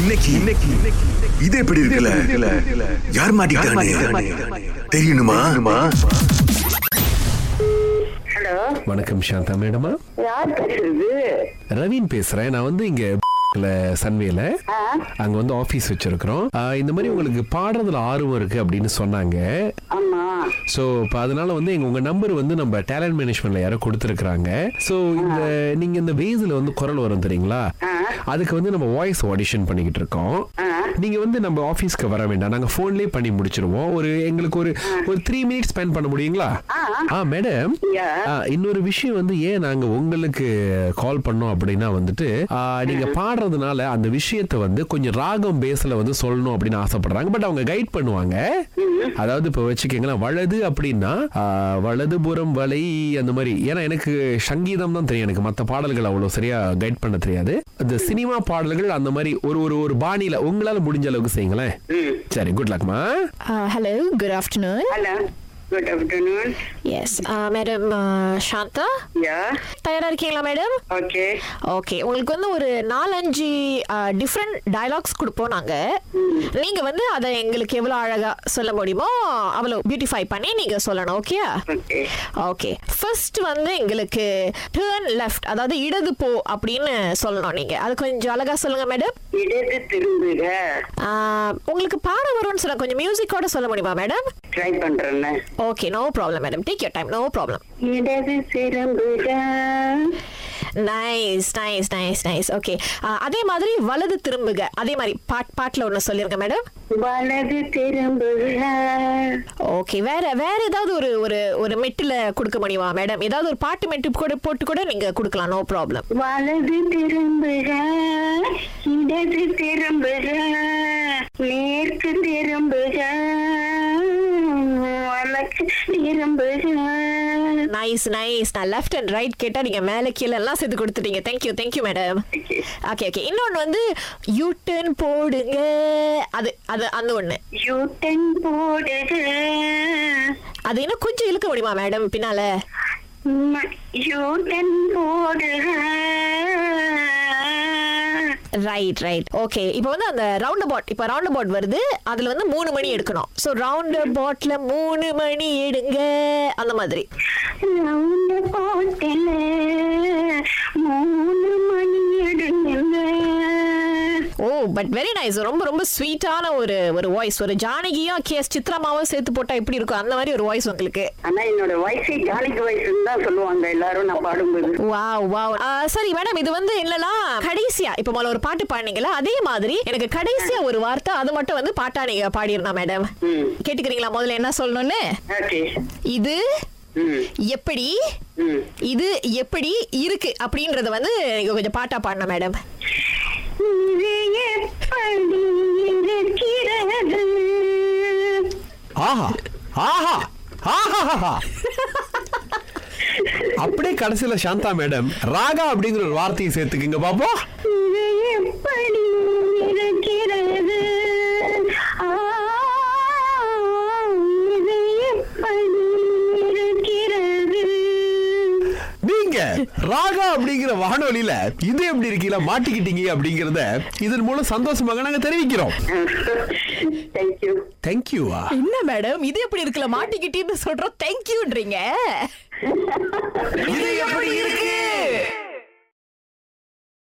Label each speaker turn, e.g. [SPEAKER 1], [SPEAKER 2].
[SPEAKER 1] இன்னைக்கு இன்னைக்கு இது எப்படி இருக்குல்ல யார் மாட்டிக்கிட்டானே தெரியணுமா
[SPEAKER 2] ஹலோ
[SPEAKER 3] வணக்கம் சாந்தா மேடமா
[SPEAKER 2] யார் பேசுறது
[SPEAKER 3] ரவீன் பேசுறேன் நான் வந்து இங்க ல சன்வேல
[SPEAKER 2] ஆ?
[SPEAKER 3] அங்க வந்து ஆபீஸ் வச்சிருக்கிறோம் ஆ, இந்த மாதிரி உங்களுக்கு பாடுறதுல ஆர்வம் இருக்கு அப்படின்னு சொன்னாங்க
[SPEAKER 2] ஆமா
[SPEAKER 3] ஸோ இப்போ அதனால வந்து எங்க உங்க நம்பர் வந்து நம்ம டேலண்ட் மேனேஜ்மெண்ட்ல யாரோ கொடுத்துருக்காங்க ஸோ இந்த நீங்க இந்த வேஸ்ல வந்து குரல் வரும் தெரியுங்களா
[SPEAKER 2] ஆ.
[SPEAKER 3] அதுக்கு வந்து நம்ம வாய்ஸ் ஆடிஷன் பண்ணிக்கிட்டு இருக்கோம்
[SPEAKER 2] ஆ.
[SPEAKER 3] நீங்க வந்து நம்ம ஆபீஸ்க்கு வர வேண்டாம் நாங்க ஃபோன்லயே பண்ணி முடிச்சிருவோம் ஒரு எங்களுக்கு ஒரு ஒரு த்ரீ மினிட்ஸ் ஸ்பெண்ட் பண்ண முடியுங்களா
[SPEAKER 2] ஆ.
[SPEAKER 3] ஆ மேடம்
[SPEAKER 2] யா.
[SPEAKER 3] ஆ, இன்னொரு விஷயம் வந்து ஏன் நாங்க உங்களுக்கு கால் பண்ணோம் அப்படின்னா வந்துட்டு ஆ, நீங்க பாடுறதுனால அந்த விஷயத்தை வந்து கொஞ்சம் ராகம் பேஸ்ல வந்து சொல்லணும் அப்படின்னு ஆசைப்படுறாங்க பட் அவங்க கைட் பண்ணுவாங்க அதாவது இப்போ வச்சுக்கோங்களேன் வலது அப்படின்னா ஆ, வலதுபுறம் வலை அந்த மாதிரி ஏன்னா எனக்கு சங்கீதம் தான் தெரியும் எனக்கு மற்ற பாடல்கள் அவ்வளோ சரியா கைட் பண்ண தெரியாது இந்த சினிமா பாடல்கள் அந்த மாதிரி ஒரு ஒரு ஒரு பாணியில உங்களால முடிஞ்ச அளவுக்கு செய்யுங்களேன்
[SPEAKER 2] ம்
[SPEAKER 3] சரி குட் லக்மா
[SPEAKER 4] Uh, hello, good afternoon.
[SPEAKER 2] Hello good afternoon
[SPEAKER 4] Yes, uh, madam Shantha
[SPEAKER 2] யா
[SPEAKER 4] தயாரா இருக்கீங்களா மேடம்
[SPEAKER 2] ஓகே
[SPEAKER 4] ஓகே உங்களுக்கு வந்து ஒரு நாலஞ்சு டிஃப்ரெண்ட் டயலாக்ஸ் கொடுப்போம் நாங்க நீங்க வந்து அதை எங்களுக்கு எவ்வளவு அழகா சொல்ல முடியுமோ அவ்வளோ பியூட்டிஃபை பண்ணி நீங்க சொல்லணும் ஓகே
[SPEAKER 2] ஓகே
[SPEAKER 4] ஓகே ஃபர்ஸ்ட் வந்து எங்களுக்கு டேர்ன் லெஃப்ட் அதாவது இடது போ அப்படின்னு சொல்லணும் நீங்க அது கொஞ்சம் அழகா சொல்லுங்க மேடம்
[SPEAKER 2] இடது திரும்புக
[SPEAKER 4] உங்களுக்கு பாட வரும்னு சொல்ல கொஞ்சம் மியூசிக்கோட சொல்ல முடியுமா மேடம்
[SPEAKER 2] ட்ரை பண்றேன்னு
[SPEAKER 4] okay no problem madam take your time no problem
[SPEAKER 2] இடது திரும்புக
[SPEAKER 4] nice nice nice nice okay Uh, அதே மாதிரி வலது திரும்புக அதே மாதிரி பாட் பாட்டில் ஒன்று சொல்லிருங்க மேடம்
[SPEAKER 2] வலது திரும்புக
[SPEAKER 4] ஓகே வேற வேற ஏதாவது ஒரு ஒரு ஒரு மெட்டில் கொடுக்க முடியுமா மேடம் ஏதாவது ஒரு பாட்டு மெட்டு கூட போட்டு கூட நீங்கள் கொடுக்கலாம் நோ ப்ராப்ளம்
[SPEAKER 2] வலது திரும்புக இடது திரும்புக நேர்க்கு திரும்புக வலக்கு திரும்புக
[SPEAKER 4] நைஸ் நைஸ் நான் லெஃப்ட் அண்ட் ரைட் கேட்டால் நீங்கள் மேலே கீழே எல்லாம் சேர்த்து கொடுத்துட்டீங்க thank you thank you madam
[SPEAKER 2] Okay.
[SPEAKER 4] Okay okay இன்னொன்று வந்து யூ டர்ன் போடுங்க அது அது அந்த ஒன்று
[SPEAKER 2] யூட்டன் போடுக
[SPEAKER 4] அது இன்னும் கொஞ்சம் இழுக்க முடியுமா மேடம் பின்னால
[SPEAKER 2] ம- யூட்டன் போடுக
[SPEAKER 4] ரைட் ரைட் ஓகே இப்போ வந்து அந்த ரவுண்ட் அபவுட் இப்போ ரவுண்ட் அபவுட் வருது அதில் வந்து மூணு மணி எடுக்கணும் ஸோ ரவுண்ட் அபவுட்ல மூணு மணி எடுங்க அந்த மாதிரி
[SPEAKER 2] ரவுண்டு போட்டல மூணு மணி எடுங்க
[SPEAKER 4] ஓ பட் வெரி நைஸ் ரொம்ப ரொம்ப ஸ்வீட்டான ஒரு ஒரு வாய்ஸ் ஒரு ஜானகியும் கேஸ் சித்ராமாவும் சேர்த்து போட்டால் எப்படி இருக்கும் அந்த மாதிரி ஒரு வாய்ஸ் உங்களுக்கு
[SPEAKER 2] ஆனா என்னோட வயசே ஜாலிக்கு வயசுன்னு தான் சொல்லுவாங்க எல்லாரும் நான் பாடும்போது
[SPEAKER 4] வாவ் வாவ் ஆ, சரி மேடம் இது வந்து என்னன்னா கடைசியா இப்போ முதல்ல ஒரு பாட்டு பாடினீங்களா அதே மாதிரி எனக்கு கடைசியா ஒரு வார்த்தை அது மட்டும் வந்து பாட்டா நீங்க பாடிடணும் மேடம்
[SPEAKER 2] ம்
[SPEAKER 4] கேட்டுக்கிறீங்களா முதல்ல என்ன சொல்லணும்னு
[SPEAKER 2] ஓகே
[SPEAKER 4] இது
[SPEAKER 2] ம்
[SPEAKER 4] எப்படி
[SPEAKER 2] ம்
[SPEAKER 4] இது எப்படி இருக்கு அப்படின்றத வந்து நீங்க கொஞ்சம் பாட்டா பாடணும் மேடம்
[SPEAKER 2] இது எப்படி இருக்கிறது
[SPEAKER 3] ஆஹா ஆஹா ஆஹா அப்படியே கடைசியில சாந்தா மேடம் ராகா அப்படிங்கிற ஒரு வார்த்தையை சேர்த்துக்குங்க பாப்போம்
[SPEAKER 2] இது எப்படி இருக்கிறது ஆ, இது எப்படி இருக்கிறது
[SPEAKER 3] நீங்க ராகா அப்படிங்கிற வானொலியில இது எப்படி இருக்கீங்களா மாட்டிக்கிட்டீங்க அப்படிங்கறத இதன் மூலம் சந்தோஷமாக நாங்க தெரிவிக்கிறோம்
[SPEAKER 2] தேங்க்யூ
[SPEAKER 3] தேங்க்யூவா
[SPEAKER 4] என்ன மேடம் இது எப்படி இருக்குல்ல மாட்டிக்கிட்டின்னு சொல்றோம் தேங்க்யூன்றீங்க
[SPEAKER 3] இது எப்படி இருக்கு